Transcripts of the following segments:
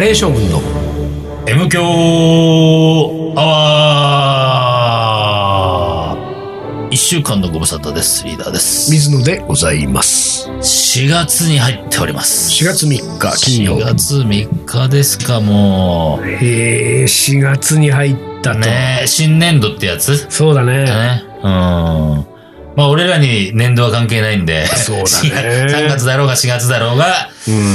ー将軍の M 強アワー一週間のご無沙汰です。リーダーです。水野でございます。 4月に入っております。 4月3日、金曜4日。月3日ですか、もへえ、4月に入ったう。ね。ねえ新年度ってやつそうだね。ね。うん。まあ、俺らに年度は関係ないんで。そう だね3月だろうが4月だろうが、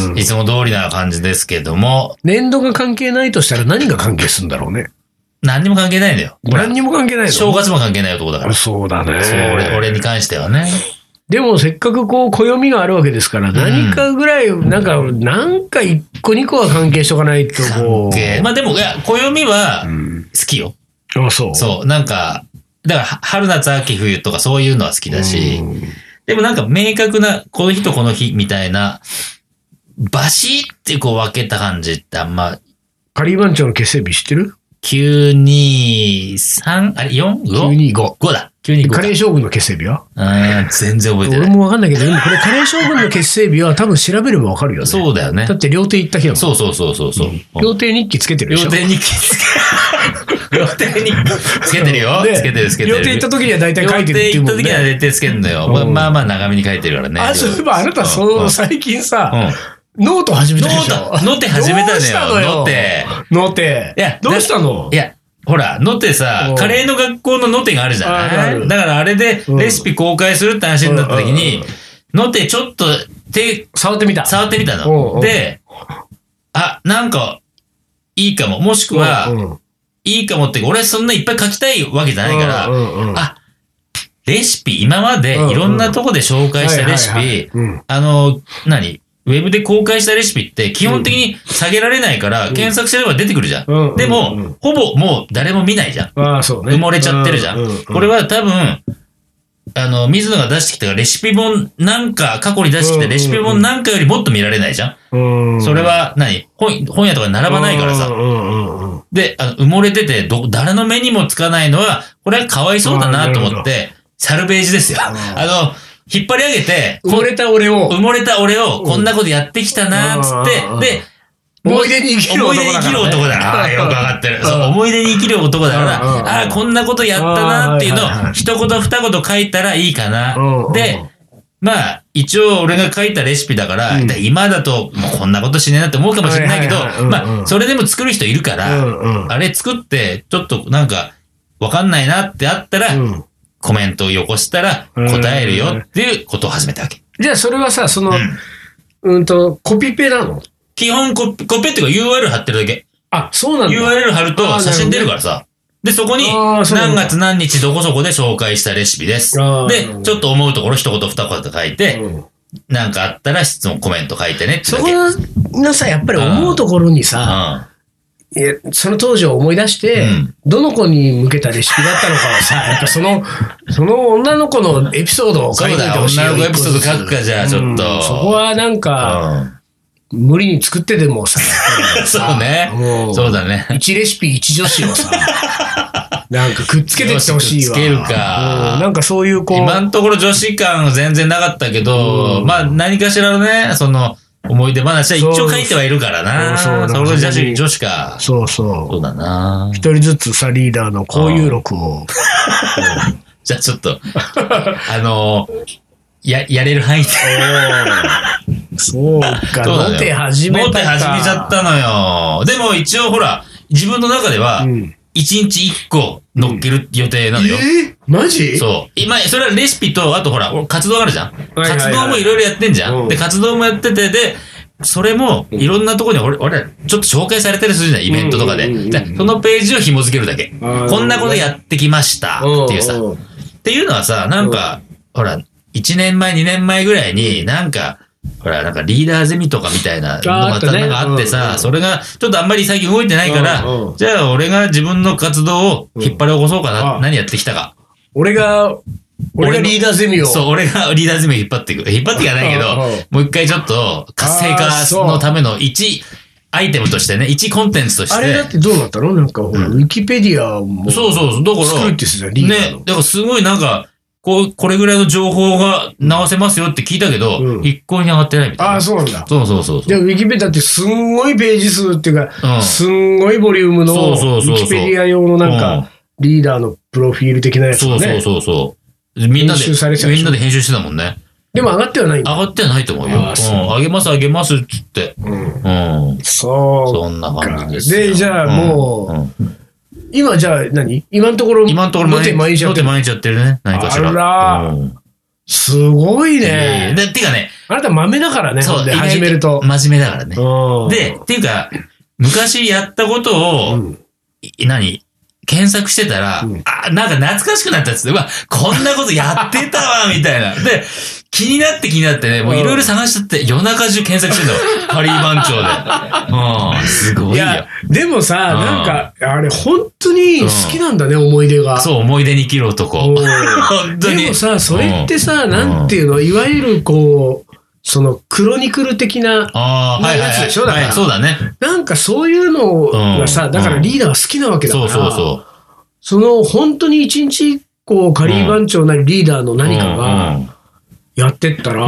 うん。いつも通りな感じですけども、年度が関係ないとしたら何が関係するんだろうね。何にも関係ないんだよ。ほら何にも関係ないの正月も関係ない男だから。そうだね。そう、俺、俺に関してはね。でもせっかくこう、暦があるわけですから、何かぐらい、なんか、なんか一個二個は関係しとかないと、こでう。まあでも、いや、暦はうん。好きよ。あ、そう。そう、なんか、だから、は春夏秋冬とかそういうのは好きだし、うんでもなんか明確な、この日とこの日みたいな、バシッってこう分けた感じってあんま、カリー番長の結成日知ってる 923? あれ 4?5?5 ?925。だ。925カだ。レー将軍の結成日はうーん、全然覚えて俺ない。もわかんないけど、でもこれカレー将軍の結成日は多分調べればわかるよね。そうだよねだ。って料亭行った日だもん。そうそうそうそうそう。料亭日記つけてるでし両ょ。手に気 つけ、両手につけてるよ。でつけてるつけてる。料亭行った時には大体書いてるっていう料も亭ん行った時にはね。絶対つけんのよ。うんまあまあまあ長めに書いてるからね。あ、そういえばあなた、その、最近うん、さ、うんノート始めノたでしょー。ト、ノテ始めたどうしたののよよ。ノテ。ノーテ。いやどうしたのいや、ほら、ノテさうん、カレーの学校のノテがあるじゃあるあなるいだからあれでうんレシピ公開するって話になった時うんにうん、ノテちょっと手触ってみた。触ってみたうんうんの。で、あ、なんか、いいかも。もしくは、うんうんいいかもって、俺そんないっぱい書きたいわけじゃないから、うんうんうんあレシピ、今までうんうんいろんなとこで紹介したレシはいはいはいピ、うんあの、何ウェブで公開したレシピって基本的に下げられないから、検索すれば出てくるじゃん。うんうんでうんうんも、ほぼもう誰も見ないじゃん。ああ、そうね。埋もれちゃってるじゃん。うううこれは多分、あの、水野が出してきたレシピ本なんか、過去に出してきたレシピ本なんかよりもっと見られないじゃん。うんそれは何、本、本屋とかに並ばないからさ。うんうんうんうんで、あの埋もれててど、誰の目にもつかないのは、これはかわいそうだなと思って、サルベージですよ。あの、引っ張り上げて、埋もれた俺を埋、もれた俺をこんなことやってきたな、つうんって、で、思い出に生きる思い男出にだ生かきるらね。男だな。ああ、よくわかってる。そう、思い出に生きる男だから、うんうんうんああ、こんなことやったなっていうのうんはいはいはを、い一言二言書いたらいいかうんうんな。で、まあ、一応俺が書いたレシピだから、うん今だと、もうこんなことしねえなって思うかもしれないけどはいはいはいうんう、んまあ、それでも作る人いるから、うんうんあれ作って、ちょっとなんか、わかんないなってあったら、うんコメントをよこしたら、答えるよっていうことを始めたわけ。じゃあそれはさ、その、うんうんと、コピペなの基本コピ、コピっていうか URL 貼ってるだけ。あ、そうなんだ。 URL 貼あるとー写真出るからさ。で、そこに、あーそうなん何だ月何日どこそこで紹介したレシピです。あーなるほどで、ちょっと思うところ一言二言書いて、うんなんかあったら質問、コメント書いてねってそだこけ。うん。のさ、やっぱり思うところにさ、いやその当時を思い出して、うんどの子に向けたレシピだったのかを さ、やっぱその、その女の子のエピソードを書いておいてほしいよ。そうだ女の子エピソード書くかじゃあちょっとうんそこ はなんか、無理に作ってでもさ、やっぱうんりそさうねも。うそうだね。一レシピ一女子を さ、なんかくっつけてってほしいわ。くっつけるかうんなんかそういうこう、今のところ女子感全然なかったけど、うんまあ何かしらのね、その思い出話は一応書いてはいるからな。そうそうそそうそれ女うそう子、女子か。そうそうそ。うだな。一人ずつさ、リーダーの交友録を。じゃあちょっと、あのや、やれる範囲で。そうか、そうだよロテ始めたロテ始めちゃったのよ。でも一応ほら、自分の中ではう、ん。一日一個乗っける予定なのよ。えマジそう。今、それはレシピと、あとほら、活動があるじゃん。はいはい活動もいろいろやってんじゃん。うんで、活動もやってて、で、それも、いろんなとこに俺、俺、ちょっと紹介されたりするじゃん、イベントとかで。うんうんうんうんでそのページを紐付けるだけ。うんこんなことやってきました、っていうさ。んんっていうのはさ、なんか、ほら、1年前、2年前ぐらいに、なんか、ほら、なんかリーダーゼミとかみたいなのあーがあっまたたねなんかあってうんうさ、んそれがちょっとあんまり最近動いてないからうんう、んじゃあ俺が自分の活動を引っ張り起こそうかうな、ん何やってきたか。俺が、俺が俺のリーダーゼミを。そう、俺がリーダーズメ引っ張っていく。引っ張っていかないけうんうんど、もう一回ちょっと活性あーそ化うのための一アイテムとしてね、一コンテンツとし。あれだっててどうなったのなんかほら、ウィキペディアも。そうそうそう、だから。作るって言ってたじゃんリーダーのね、だからすごいなんか、こう、これぐらいの情報が流せますよって聞いたけど、うん一向に上がってないみたいな。ああ、そうなんだ。そうそうそうそう。じゃあ、ウィキペディアってすんごいページ数っていうか、うんすんごいボリュームの、そウうそうィそうそうキペディア用のなんうんか、リーダーのプロフィール的なやつそもうね。そうそうそう。みんなで、編集されちゃうでみしんょなで編集してたもんね。でも上がってはないんだ。上がってはないと思うよ。うんあそう上げます上げますっつって。うんうん。そそんな感じですよ。でじゃあもううんうんう。今じゃあ何今のところ、今のところロテ毎日やってる毎日やってるね。何かしら。あらうんすごいでね。てかね、あなた豆だからね、そほう、んで意外と始めると。真面目だからね。うんで、、っていうか、昔やったことうを、んい何検索してたら、うんあ、なんか懐かしくなったっつって、うわ、こんなことやってたわ、 みたいな。で、気になって気になってね、もういろいろ探しちゃって、夜中中検索してん だわ。ハリー番長で。うん、すごいいよ。や、でもさ、うんなんか、あれ、本当に好きなんだね、思い出が。そう、思い出に生きる男。うん 本当に。でもさ、それってさ、うんなんていうの、いわゆるこう、そのクロニクル的な、ああ、はいはい、のやつはい。でしょだからはいそうだね。なんかそういうのがさ、うんだからリーダーが好きなわけだかそら、うそうそう。その本当に一日一個、カリー番長なりリーダーの何かがやってったうん、うん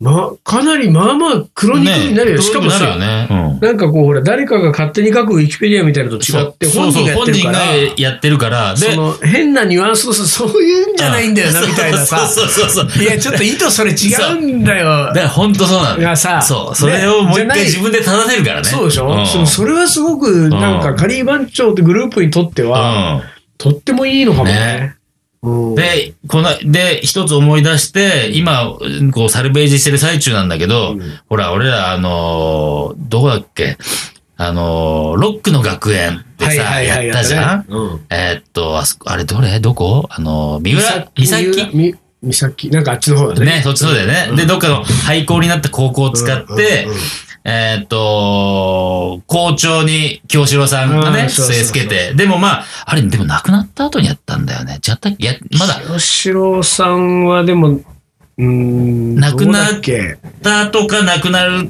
ら、うんま、かなりまあまあクロニクルになるよ。ねしかもなるよさ、ね。うんなんかこう、ほら、誰かが勝手に書くウィキペディアみたいなのと違って、そう本人がやってるから、そうそう本人がやってるから。で、その変なニュアンスとそういうんじゃないんだよな、うんみたいなさ。 そうそうそうそう。いや、ちょっと意図それ違うんだよだ。から本当そうなんだよ。がさそう。それをもうねじゃ一な回い自分で正せるからね。そうでしょ、うんそのそれはすごく、なんか、カリー番長ってグループにとっては、とってもいいのかもね。うねんうん。で、この、で、一つ思い出して、今、こう、サルベージしてる最中なんだけど、うんほら、俺ら、あのーどこだっけあのーロックの学園ってさ、やったじゃん、ねうん。えーっと、あそこ、あれどれどこあのー三浦、三崎みみさきなんかあっちの方だね。ね、そっちそうだよね。うんで、どっかの廃校になった高校を使って、うんうんうんえーっと、校長に清志郎さんがうね、んそうそうそう据え付けて。でもまあ、あれ、でも亡くなった後にやったんだよね。やったっけや、まだ、や清志郎さんはでも、うーん、亡くなどうだっけった後か亡くなる。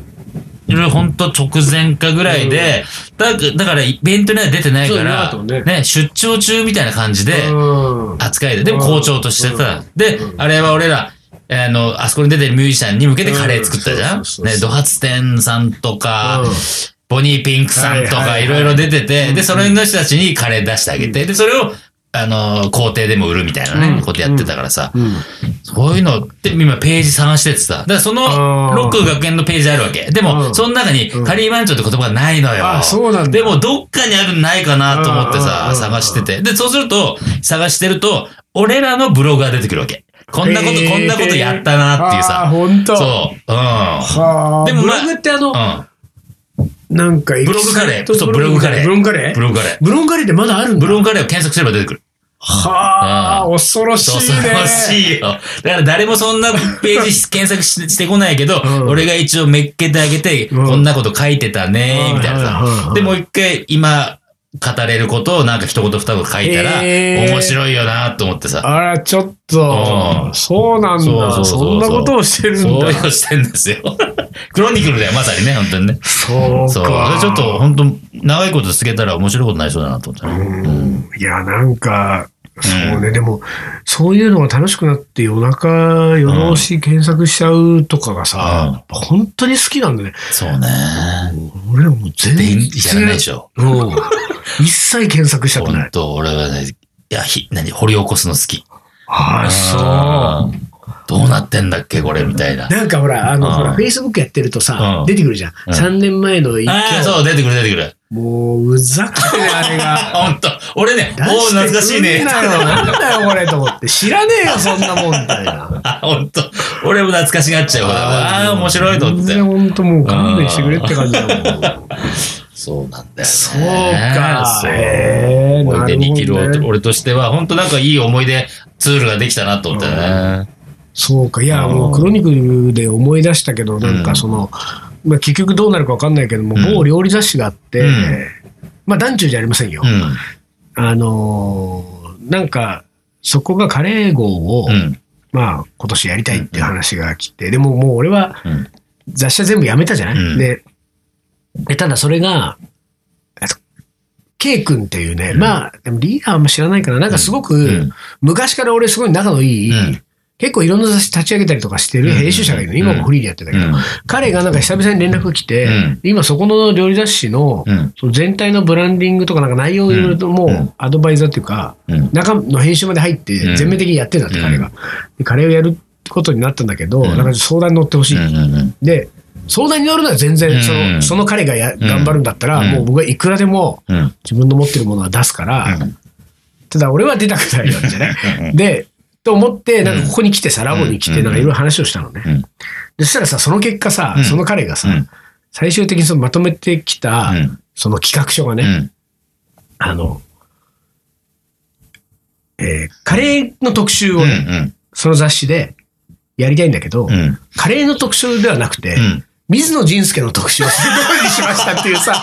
ほんと直前かぐらいで、だだからイベントには出てないかそら、うねね出張中みたいな感じでうん扱いで、でも校長としてさ、うんで、あれは俺ら、あの、あそこに出てるミュージシャンに向けてカレー作ったじゃうんんそうそうそうね、ドハツテンさんとか、うんボニーピンクさんとはいはかいはいいろいろ出てて、で、それの人たちにカレー出してあげて、で、それを、あの、校庭でも売るみたいなうんね、ことやってたからさ、うんそういうのって今ページ探しててさ、だからそあーの、ロック学園のページあるわけ。でうも、んその中にうんカリー番長って言葉がないのよ。あそうなんだでも、どっかにあるんないかなと思ってうんうんうんうさ、ん探してて。で、そうすると、探してると、俺らのブログが出てくるわけ。こんなこと、えーこんなことやったなっていあーうさ。ほんと。そう。うはあ。でもブまあログってあの、ん。うん。なんかエブキログスカレー。そう、ブブロロググカカレレー。ー。ブログカレブーログカレー。ブログカレーってまだあるんだ。ブログカレーを検索すれば出てくる。はあ、う恐ろしそういそう、ね。欲しいよ。だから誰もそんなページ検索ししてこないけど、うん俺が一応めっけてあげて、うんこんなこと書いてたね、みたいはないはいはいはさい。で、もう一回今、語れることをなんか一言二言書いたら、へー面白いよなと思ってさ。あら、ちょっとう、んそうなんそうそだ。うそうそんなことをしてるんそうだ。いうのしてんで すよ。クロニクルだよ、まさにね、本当にね。そそうう。か。ちょっと、本当長いこと続けたら面白いことになりそうだなと思ってね。うん。いや、なんか、そうね。でも、そういうのが楽しくなって夜中、夜通し検索しちゃうとかがうんさ、本当に好きなんだね。そうね。俺はもう全で、然。やらないでしょ。うん。一切検索したくな本い。当俺はね、いや、ひ、何、掘り起こすの好き。ああ、そう。うんどうなってんだっけ、これ、みたいな。なんかほら、あの、うんほら、Facebook やってるとうさん、出てくるじゃん。うん3年前の一ああ、挙。そう、出てくる、出てくる。もう、うざく てね、あれが。ほんと。俺ね、おお、懐かしいね 出。てくんなよなんだよ、これ、と思って。知らねえよ、そんなもん、みたいな。あ、ほんと。俺も懐かしがっちゃうわ。ああ、面白いと思っ全て然。本当もう勘弁してくれって感じだもん。そうなんだよね。そうか。そうへえ、なるほ思いど出に生きる俺ね。俺としては、本当なんかいい思い出ツールができたなと思ったね。そうか。いや、うんもう、クロニクルで思い出したけど、なんうかんその、まあ結局どうなるかわかんないけども、うん某料理雑誌があってうん、まあ、団中じゃありませんよう。ん。あのー、なんか、そこがカレー号をう、ん。まあ、今年やりたいっていう話が来て、でももう俺はうん雑誌は全部やめたじゃない、うんで、えただそれが、えっと K 君っていうね、まあ、でもリーダーあんま知らないから、なんかすごく、うん昔から俺すごい仲のいい、うん結構いろんな雑誌立ち上げたりとかしてるうん編集者がいるの。今もフリーでやってたけど、うん彼がなんか久々に連絡が来て、うん今そこの料理雑誌の、うんその全体のブランディングとかなんか内容をいろいろともううんアドバイザーっていうか、うん中の編集まで入ってうん全面的にやってんだって彼が。で、彼をやることになったんだけど、んなんか相談に乗ってほしい。うんで、相談に乗るのは全う然んその、その彼がや頑張るんだったら、うんもう僕はいくらでもうんうん自分の持ってるものは出すから、うんただ俺は出たくないわけじゃない。うんうんで、と思って、なんかここに来てさ、ラボに来うて、んなんかいろいろ話をしたのねうん。でそしたらさ、その結果さう、んその彼がさうん、最終的にそのまとめてきたう、んその企画書がうね、んあの、えーカレーの特集をうね、んその雑誌でやりたいんだけどう、んカレーの特集ではなくてう、ん水野仁介の特集をすごいにしましたっていう さ、さ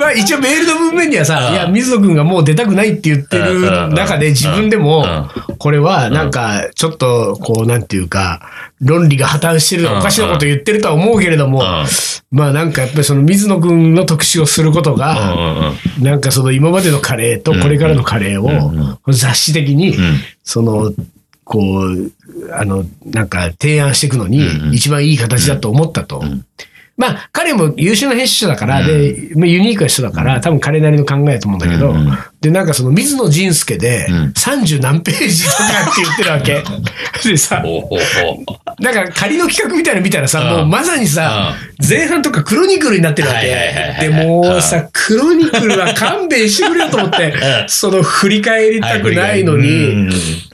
まあ、一応メールの文面にはさ、うんいや、水野くんがもう出たくないって言ってる中でうん自分でもう、これはなんかちょっとこうなんていうか、論理が破綻してるうんおかしなこと言ってるとは思うけれども、うまあなんかやっぱりその水野くんの特集をすることが、んうんなんかその今までのカレーとこれからのカレーを雑誌的にん、その、こう、あの、なんか提案していくのにうんうん一番いい形だと思ったと。まあ、彼も優秀な編集者だから、で、まあユニークな人だから、多分彼なりの考えだと思うんだけど、うんうんで、なんかその水野仁介でうん30何ページとかって言ってるわけ。でさ、おおおなんか仮の企画みたいなの見たらさ、うんもうまさにさ、前半とかクロニクルになってるわはいはいはいはけ。でいもうさ、クロニクルは勘弁してくれよと思って、うんその振り返りたくないのに、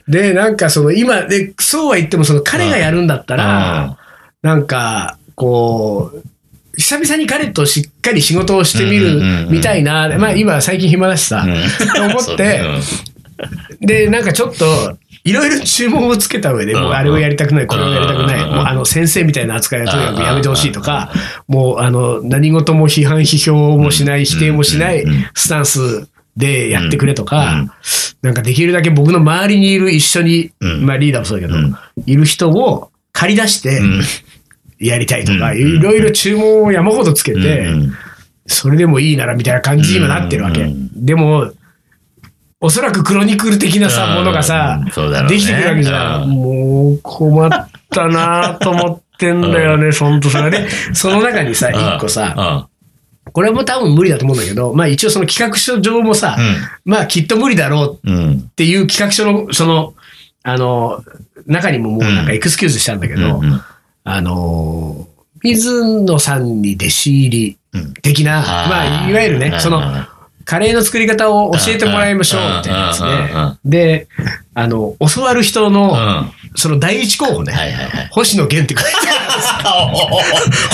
で、なんかその今、で、そうは言ってもその彼がやるんだったら、なんか、こう、久々に彼としっかり仕事をしてみうんうんうんるうんみたいな、まあ今最近暇だしさ、と思って、で、なんかちょっと、いろいろ注文をつけた上で、うんもうあれをやりたくない、これをやりたくない、うんもうあの先生みたいな扱いはとにかくやめてほしいとか、もうあの何事も批判、批評もしない、否定もしないうんスタンスでやってくれとか、うんなんかできるだけ僕の周りにいる一緒に、うんまあリーダーもそうだけど、うんいる人を借り出してやりたいとか、うんいろいろ注文を山ほどつけて、それでもいいならみたいな感じに今なってるわけ。うんうでも、おそらくクロニクル的なさ、ものがさ、できてくるわけじゃん。もう困ったなと思ってんだ よね、そんとさ。で、その中にさ、一個さ、これはもう多分無理だと思うんだけど、まあ一応その企画書上もさ、まあきっと無理だろうっていう企画書の、その、あの、中にももうなんかエクスキューズしたんだけど、あの、水野さんに弟子入り的な、まあいわゆるね、その、カレーの作り方を教えてもらいましょうみたいなやつうんうんうんうんね。で、あの、教わる人の、その第一候補ね、星野源って書いて あ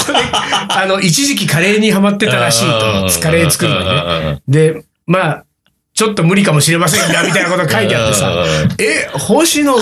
る。あの、一時期カレーにハマってたらしいと、カレー作るのね。で、まあ、ちょっと無理かもしれませんが、みたいなこと書いてあってさ、え、星野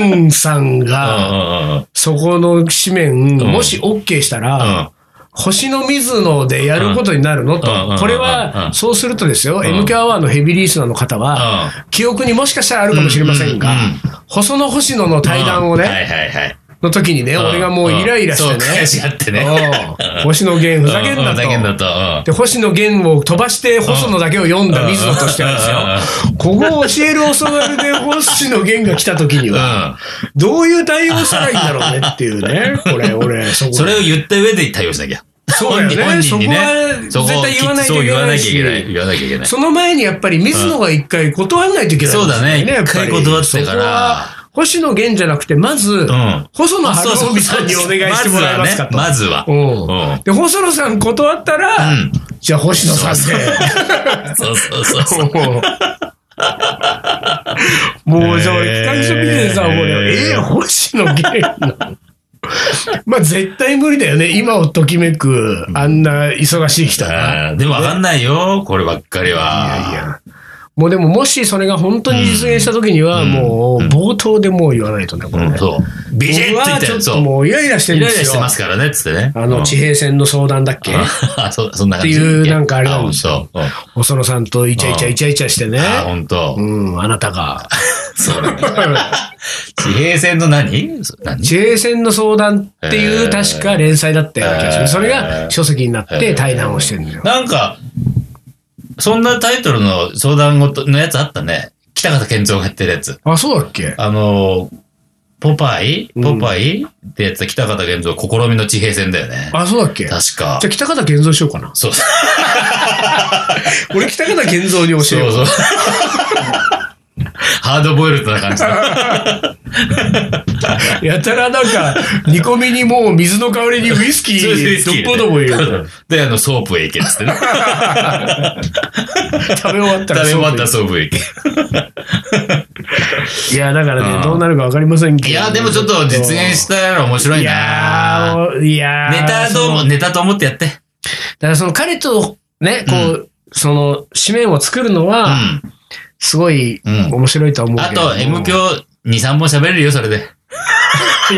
源さんが、そこの紙面、もし OK したら、星の水野でやることになるのうんうとん。これうは、んそうするとですよ、ん MK アワーのヘビーリースナーの方は、記憶にもしかしたらあるかもしれませんがうんうん、細野星野の対談をね、の時にね、俺がもうイライラしてね、うん星野源ふざけんなと。で、星野源を飛ばして細野だけを読んだ水野としてはですよ、ここを教える教わるで星野源が来た時には、どういう対応したらいいんだろうねっていう ね、これ、俺、そこでそれを言った上で対応しなきゃ。そうだよね本人にそこは絶対言わないといけないしそう言わなきゃいけない。言わなきゃいけない。その前にやっぱり水野が一回断らないといけないんですよ、そうだやねっぱり一回断ってからそこは星野源じゃなくて、まず、ん細野まあそう晴そう臣さんにお願いしてもらえますかと。まずはねまずはうんで、細野さん断ったら、うんじゃあ星野さんで。 そうそうそうそう。もう、じゃあ俺企画書見てさ、えーもうね、えー、星野源の。まあ絶対無理だよね。今をときめく、あんな忙しい人が。あーでもわかんないよ、こればっかりは。いやいや。もうでも、もしそれが本当に実現した時には、うんもう、冒頭でもう言わないとね、これうん、ね。そう。ビジッ僕と言はったちょよ、っそとう。もうイライラしてるんイでライラすしてよま。すからね、つってね。あの、地平平線の相談だっけあ、そ、そん な感じ。っていうなんかあれなんですよあそう。うん細野さんとイチャイチャイチャイチャしてね。あ、本当。うん、あなたが。そうなんだ。地平線の何そ何地平線の相談っていえうー確か連載だったような気がすえる。ーそれが書籍になっえてー対談をしてるんだよ。なんか、そんなタイトルの相談事のやつあったね。北方健三がやってるやつ。あ、そうだっけあの、ポパイうポんパイ、ってやつは北方健三試みの地平線だよね。あ、そうだっけじゃ確かあ。北方健三しようかな。そう俺北方健三に教えそようう。そう。ハードボイルドな感じだ。やたらなんか、煮込みにもう水の香りにウイスキそういう意ー、ど識っぽども入れそうそるう。で、あの、ソープへ行けっつってね。食べ終わった食らべ終わったらそソープへ行ういや、だからうんね、どうなるかわかりませんけけ。ど。 いや、でもちょっと実現したら面白いいやなーいやーネタそとの思、ネタと思ってやって。だからその彼とね、こう、その、紙面を作るのうは、ん。すごいうん面白いとは思うあけども。と、M 教2、3本喋れるよ、それで。い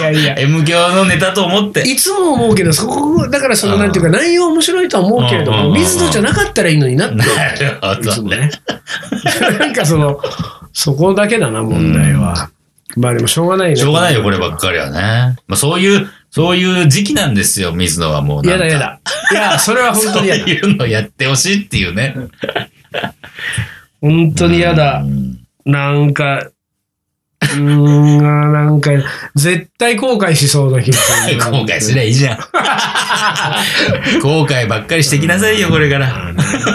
やいやいや。 M 教のネタと思って。いつも思うけど、そこ、だからその、うんなんていうか、内容面白いとは思うけれどうんうんうんも、うん水野じゃなかったらいいのになって。なるほいつどもね。ね。 なんかその、そこだけだな、問題は。まあでもしょうがないね。しょうがないよ、こればっかりはね。まあ、そういう、そういう時期なんですよ、水野はもうなやんか。だやだ。いや、それは本当そうにやだ。いうのやってほしいっていうね。本当にやだう。んなんか、うーん、なんか、絶対後悔しそうな気が する。後悔しりゃいいじゃ ん。後悔ばっかりしてきなさいよ、これから。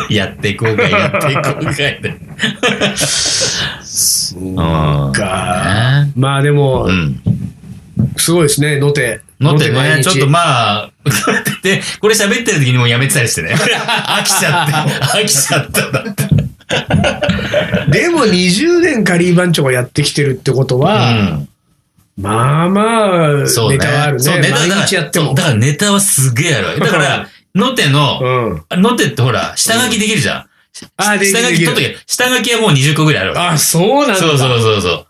やって後悔、やって後悔で。そううん。か。ねまあでもう、ん。すごいですね、のて。のって毎ね、日ちょっとまあ、 で、これ喋ってる時にもうやめてたりして ね。飽きちゃって、飽きちゃっただって。でも20年カリー番長がやってきてるってことは、うんまあまあ、ネタそうね。はあるそうね。ネタだ毎から日やってそもうだ。からネタはすげえある。だから、のての、うん。のてってほら、下書きできるじゃん。あ、でき下る書できき取っとる。け。下書きはもう20個ぐらいあるわあ、そうなんけ。そうだ。そうそうそう。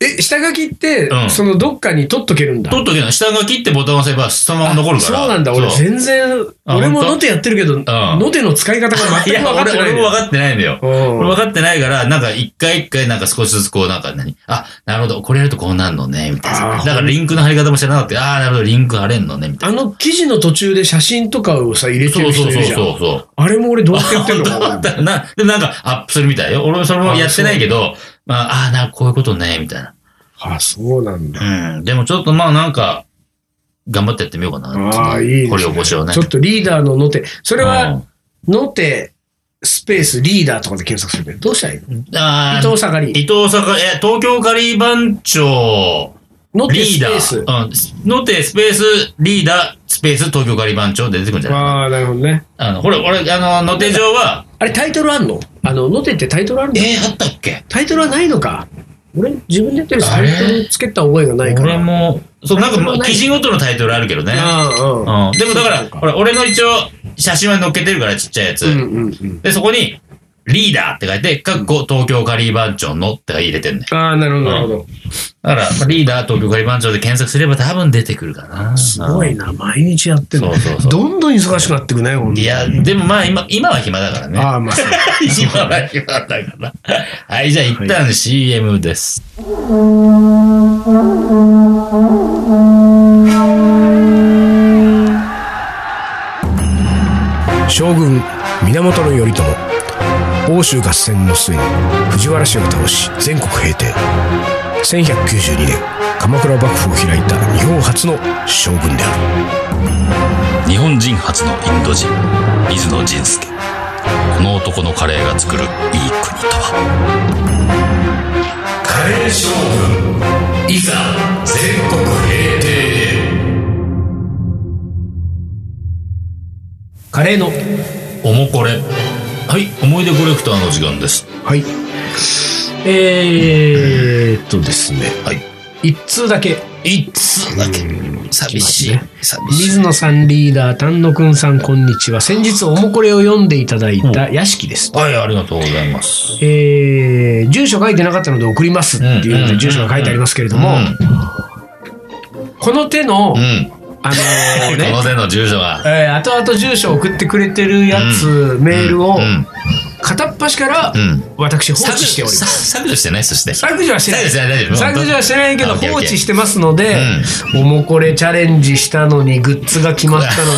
え、下書きってうん、そのどっかに取っとけるんだ。取っとけない。下書きってボタンを押せば、そのまま残るから。そうなんだ。俺そう全然、あ俺も本当のてやってるけど、のての使い方がい全くや、分かっ俺、てない俺ね。も分かってないのよ。うん俺分かってないから、なんか一回一回なんか少しずつこう、なんか何あ、なるほど、これやるとこうなるのね、みたいあな。ーだからリンクの貼り方も知らなかったけど。ああー、なるほど、リンク貼れんのね、みたいあの記事の途中で写真とかをさ、入れな。てそるうそ人いうそうるじゃん。そうそう。あれも俺どうやってやって んの本当だかったらな、で、なんかアップするみたいよ。俺もそれもやってないけど、まあ、ああー、な、こういうことね、みたいな。あ、そうなんだ。うん。でもちょっとまあなんか、頑張ってやってみようかな。ああ、いいですね。これをごしをねちょ。っとリーダーののて。それは、うんのて、スペース、リーダーとかで検索するけど、どうしたらいいのあ伊ー藤さがり。伊藤坂、え、東京カリー番長、のてリスーペダース。ー。うん。のて、スペース、リーダー、スペース、東京カリー番長で出てくるんじゃないああ、なるほどね。あの、ほら、俺、あの、のて城は、あれ、タイトルあんのあの、のてってタイトルあるのえー、あったっけタイトルはないのか。俺、自分でやってるしあタれイトルつけた覚えがないか俺ら。も、そう、なんかもなう、い記事ごとのタイトルあるけどね。うんうん。うん。でもだかそうら、かほら、俺の一応、写真は載っけてるから、ちっちゃいやつ。うんうんうん。で、そこに、リーダーって書いて、かっこ、東京カリー番長のって入れてんね。ああ、なるほど、なるほど。だから、まあリーダー、東京カリー番長で検索すれば多分出てくるかな。すごいな、毎日やってるのそうそうそうどんどん忙しくなってくね、ほんうん。といや、でもまあ、今、今は暇だからね。ああ、まあそう。今は暇だから。はい、じゃあ一旦 CM です。将軍源頼朝欧州合戦の末に藤原氏を倒し全国平定1192年鎌倉幕府を開いた日本初の将軍である日本人初のインド人水野仁介この男のカレーが作るいい国とはカレー将軍いざ全国平定カレーの。おもこれ。はい、思い出コレクターの時間です。はい。えーっとですね。はい。一通だけ。いつだけ。寂しい来。寂しい。水野さんリーダー丹野くんさんこんにちは先日おもこれを読んでいただいた屋敷です、はい、ありがとうございます。えー、住所書いてなかったので送りますっていうのうんうでん住所が書いてありますけれうどん。うも、この手の、ん。あのーこ ねの手の住所が。えー後々住所送ってくれてるやつ、メールを、うん片っ端からうん私放削置しております。さ削除してないそして。削除はしてないです。大丈夫です大丈夫削除はしてないけどあオッケー放オッケー置してますので、おもこれチャレンジしたのにグッズが決まったの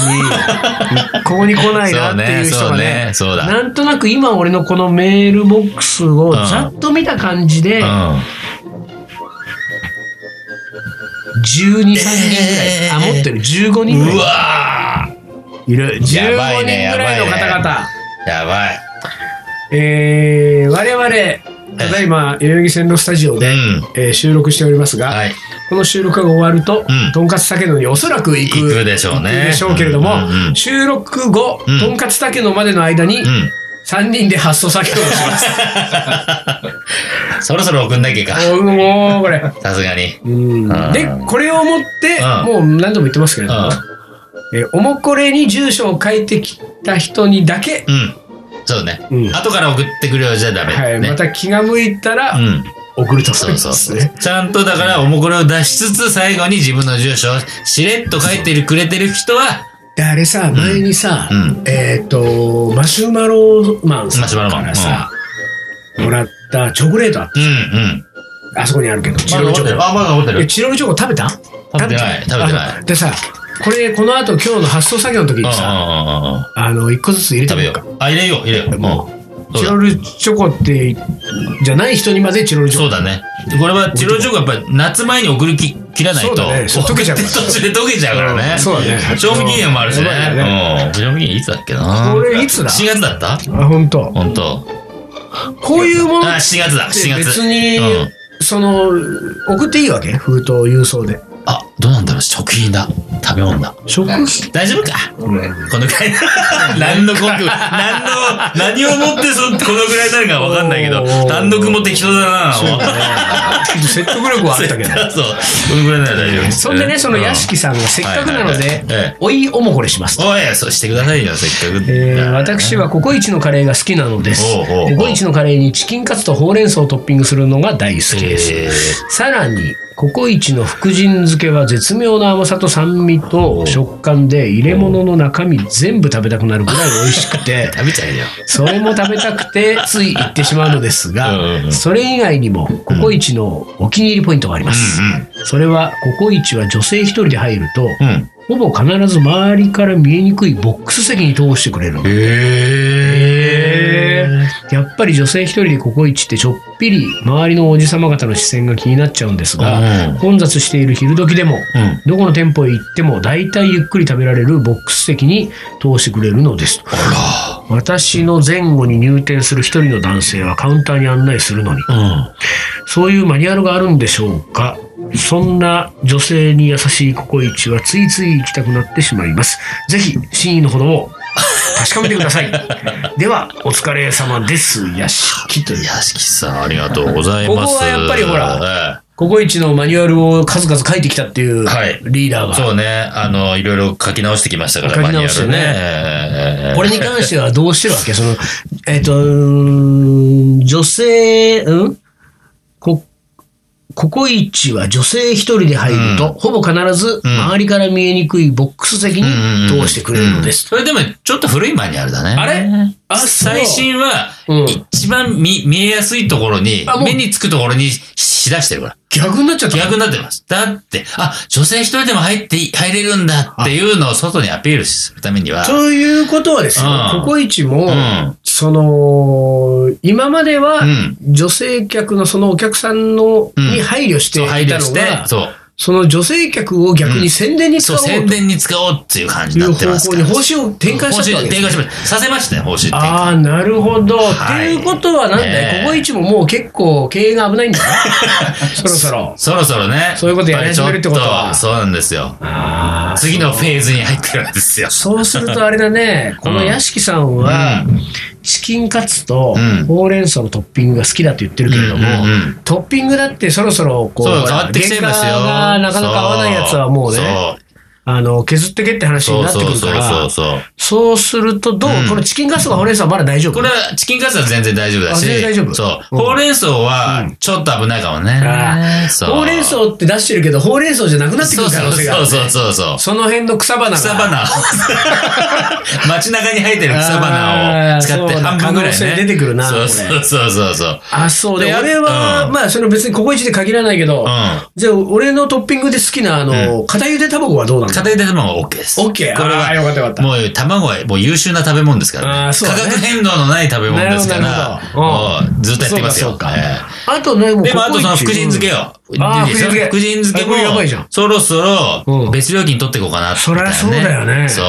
に、一向に来ないなっていう人がね、そうねそうねそうだなんとなく今俺のこのメールボックスをざっと見た感じで、う12、ん。 3人ぐらい、あ、持ってる、15人ぐらうい。わいる。15人ぐやばいねらいの方やばい々。ーやばい。えー、我々、ただいま、代々木線路スタジオで、うんえー収録しておりますが、はい。この収録が終わると、うんとんかつたけのにおそらく行く行くでしょうね行くでしょうけれども、うんうん収録後、うんとんかつたけのまでの間に、うん。 3人で発送作業をします。 そろそろ送んなきゃか。おもうこれ。さすがに。うんで、これを持って、うもう何度も言ってますけれうども、ん。えーおもこれに住所を書いてきた人にだけ、うん。そうね。うん後から送ってくるようじゃダメ。はい、ねまた気が向いたら、うん。送るとそうそうそうですね。ちゃんとだから、おもこれを出しつつ、最後に自分の住所をしれっと書いてるくれてる人は、であれさ前にさ、うんえっ、とマシュマロマンさマシュマんロマかンらさ、もらったチョコレートあっうんうん。あそこにあるけどチロルチョコ、あ、まだ持ってえ。チロルチョコ食べた食べてない食べてないあでさこれこの後今日の発送作業の時にさ、うんうんうんうん。あの一個ずつ入れて食みべよようかう。あ、入れよう、入れよう。うん。チそロうだルチョコってじゃない人にまでチロルチョコそうだね。これは、チロルチョコやっぱり夏前に送りき切らないと、そうだねそう溶けちゃうから途中で溶けちゃうからね。うんそうだね賞味期限もあるしね。そうだうん。賞味期限いつだっけな。これいつだ ?7 月だったあ本当本当。こういうものあ、っ7て月だ、7月。別に、うん。その送っていいわけ封筒郵送であ、どうなんだろう食品だ。食べ物だ。食品大丈夫か、このくらい。 何の根拠、何の、何をもってそこのくらいになるかわかんないけどおー、単独も適当だな。そうだねちょっと説得力はあったけど そう。このくらいなら大丈夫です。そんでね、そのうん屋敷さんがせっかくなのはいはいではいええ、おいおもこれしますと。おい、そうしてくださいよ、せっかく。えー私はココイチのカレーが好きなのです。おうおうおうココイチのカレーにチキンカツとほうれん草をトッピングするのが大好きです。えーさらに、ココイチの福神漬けは絶妙な甘さと酸味と食感で入れ物の中身全部食べたくなるぐらい美味しく て、食べちゃうよ。それも食べたく てつい行ってしまうのですうんうんうが、んそれ以外にもココイチのお気に入りポイントがあります。それはココイチは女性一人で入ると、うんうん。うん。ほぼ必ず周りから見えにくいボックス席に通してくれるの。えー。やっぱり女性一人でココイチってちょっぴり周りのおじ様方の視線が気になっちゃうんですうんが、混雑している昼時でも、うん。どこの店舗へ行っても大体ゆっくり食べられるボックス席に通してくれるのです。あ私の前後に入店する一人の男性はカウンターに案内するのに、ら。うん。そういうマニュアルがあるんでしょうかそんな女性に優しいココイチはついつい行きたくなってしまいます。ぜひ、真意のほどを確かめてくだ さい。では、お疲れ様です。屋敷という。屋敷さん、ありがとうございます。ここはやっぱりほら。ココイチのマニュアルを数々書いてきたっていうはいリーダーが、そうね。あの、いろいろ書き直してきましたから、書き直してねマニュアルね。これに関してはどうしてるわけそ の、えっ、とうーん、女性、うんこ、ココイチは女性一人で入ると、ほぼ必ず周りから見えにくいボックス席に通してくれるのです。それでも、ちょっと古いマニュアルだね。あれあそう最新はうん、一番見、見えやすいところにあもう、目につくところにしだしてるから。逆になっちゃった逆になってます。だって、あ、女性一人でも入ってい、入れるんだっていうのを外にアピールするためには、ということはですよ、うんココイチも、うんその、今まではうん、女性客のそのお客さんの、うんに配慮してそうい配た慮しのてが、、そそう、の女性客を逆に宣伝に使おそう、うと宣伝に使おうっていう感じいにうなってます方向かにら。方針を転換しちゃったわけ方針です転換しました。させましたね、方針転換。ああ、なるほど。はっていいうことはなんだい、ねえココイチももう結構経営が危ないんだな。そろそろ。 そろそろね。そういうことやり始めるってことはやっぱりちょっとそうなんですよ。次のフェーズに入ってるんですよ。そうするとあれだ ね、この屋敷さんは、チキンカツとうんほうれん草のトッピングが好きだと言ってるけれども、うんうんうんトッピングだってそろそろこう、そう、変わってきちゃいますよ。原価がなかなか合わないやつはもうね、そうあの、削ってけって話にそうなってくそうるかそうそらう、そう。そうするとどう、うんこのチキンガスはお姉さんまだ大丈夫これはチキンカツは全然大丈夫だし。あ全然大丈夫そう。うんほうれん草はちょっと危ないかもねあ。そうほうれん草って出してるけど、ほうれん草じゃなくなってくるそう可そ能う性があそるうそうそうそう。その辺の草花が。草花を。 街中に生えてる草花あをー使ってそうだ半分ぐらい可能性ね。出てくるなそうそうそうそうそう。あ、そうで、で俺は、うんまあ、それ別にここ一で限らないけど、う。じゃあ、俺のトッピングで好きな、あの、片茹で卵はどうなんの家庭で卵は OK です。 OK これあーよかったよかっは、たもう卵はもう優秀な食べ物ですからあーね。そ化うだね学変動のない食べ物ですかならる、ほどなるほどうんもうずっとやってますそうよ。かそうかええあとね、もうでも、あとそのココイチ福神漬けよ。あーいいでしょ福神漬け福神漬けもあこれやばいじゃん、そろそうんろ別料金取っていこうかなって、そりゃそうだよねそう。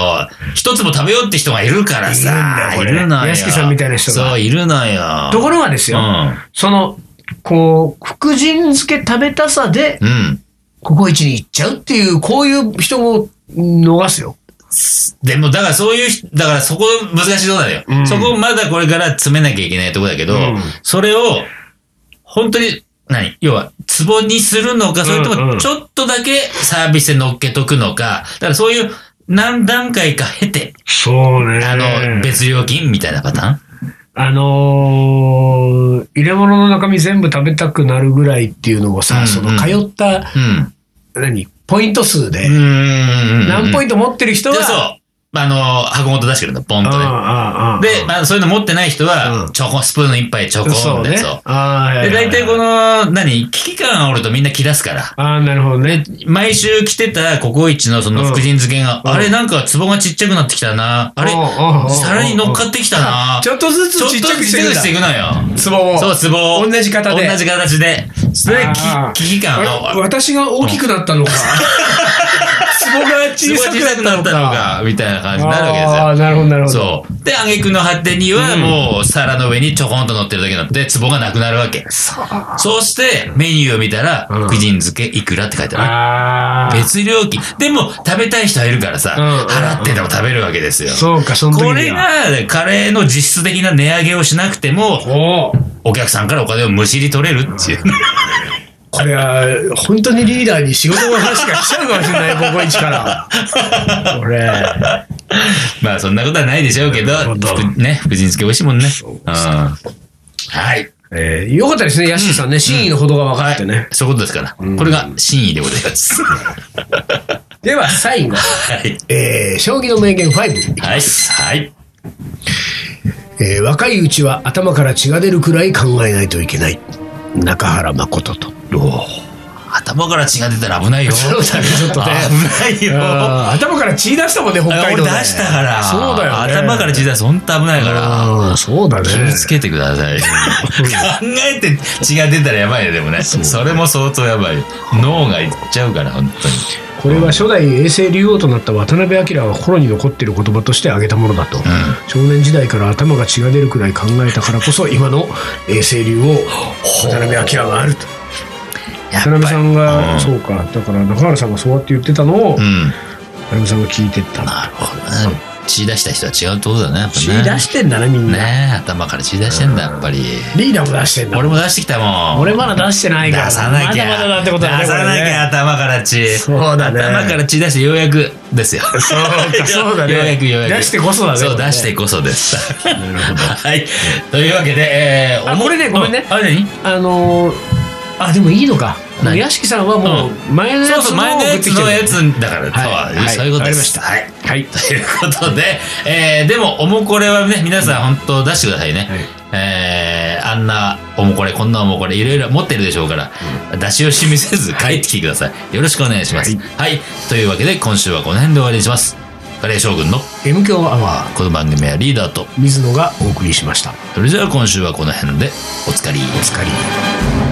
一つも食べようって人がいるからさ。いるんだよこれのよ。屋敷さんみたいな人がそう、いるのよ。ところがですうよ、ん。その、こう、福神漬け食べたさで、うん。ココイチに行っちゃうっていう、こういう人も逃すよ。でも、だからそういう人、だからそこ難しいとこだよ。うんそこまだこれから詰めなきゃいけないとこだけど、うんそれを、本当に、何要は、ツボにするのか、それとうんうもんちょっとだけサービスで乗っけとくのか、だからそういう何段階か経て、そうね。あの、別料金みたいなパターンあのー入れ物の中身全部食べたくなるぐらいっていうのをさ、うんうんその通った、うん。何、ポイント数で、うん。何ポインント持ってる人トは、そう。あの、箱ごと出してくれるの、ポンとあね。あああで、まあ、そういうの持ってない人はう、んチョコ、スプーンの一杯チョコそうのやねつを。。ああ、はいで、はいはい大体この、何危機感煽るとみんな気出すから。ああ、なるほどね。毎週来てたココイチのその福神漬けが、うんあれなんか壺がちっちゃくなってきたな。あれおうおうおう皿に乗っかってきたな。ちょっとずつちょっとちずっつちゃくしてちっちゃるくしていんくだ。のよ。ツボを。そう、壺を。同じ型で同じ形で。それであーき危機感あ煽れる。私が大きくなったのか。ツボが小さくなったのか。みたいな感じになるわけですあよ。あ、なるほど、なるほど。そう。で、挙句の果てには、もう、皿の上にちょこんと乗ってるだけなので、壺がなくなるわけ。そうして、メニューを見たら、うん福神漬けいくらって書いてある。ああ。別料金。でも、食べたい人はいるからさ、うん払ってでも食べるわけですよ。そうか、その時にこはれが、カレーの実質的な値上げをしなくても、おーお客さんからお金をむしり取れるっていう。 これは、本当にリーダーに仕事の話が来ちゃうかもしれ ない、ここ一から。これ。まあ、そんなことはないでしょうけど、るほどふくね、福神漬け美味しいもんね。うん。はい。えー、よかったですね、屋敷さんね。真意のほどが分かってね。そういうことですから。これが真意でござ います。はでは、最後。い。えー、将棋の名言5。はい。はい。えー、若いうちは頭から血が出るくらい考えないといけない。中原誠と。頭から血が出たら危ない よ。そうだねちょっとね危ないよ。あー頭から血出したもんね、北俺海出道で。したから。そうだよ、ね。頭から血出す。ほんと危ないから。あーそうだね。気をつけてください。考えて血が出たらやばいよ、でもね。それも相当やばいよ。脳がいっちゃうから、本当に。これは初代永世竜王となった渡辺明が心に残っている言葉として挙げたものだと、少年時代から頭が血が出るくらい考えたからこそ今の永世竜王渡辺明があると渡辺さんが、うんそうかだから中原さんがそうやって言ってたのを、う渡ん。辺さんが聞いてったななるほどね。血出した人は違うってことだね。やっぱね血出してんだねみんな、ねえ頭から血出してんだ、やっぱり。リーダーも出してんだ俺も出してきたもん。俺まだ出してないから出さなきゃ。まだまだだってことだね出さなきゃ、頭から血。そうだね頭から血出してようやくですよ。そう かそうだねようやくようやく。出してこそだねそう、これね出してこそです。 なるほど。はい。というわけで、えー、あおもこれねごめんねあれ何あのーあでもいいのか何屋敷さんはもう前のそやうつそう、のを前の送っやてつきてるのやつだから、はいそうはいそういうこわとで。かりますしたはい。はいということで、えー、でも、おもこれはね、皆さん本当出してくださいね。はいえー、あんなおもこれ、こんなおもこれ、いろいろ持ってるでしょうから、出し惜しみせず帰ってきてください。よろしくお願いします。はい。というわけで、今週はこの辺で終わりにします。カレー将軍の M 強アワこの番組はリーダーと、ー水野がお送りしましたそれじゃあ今週はこの辺で、おつかり。おつお疲れ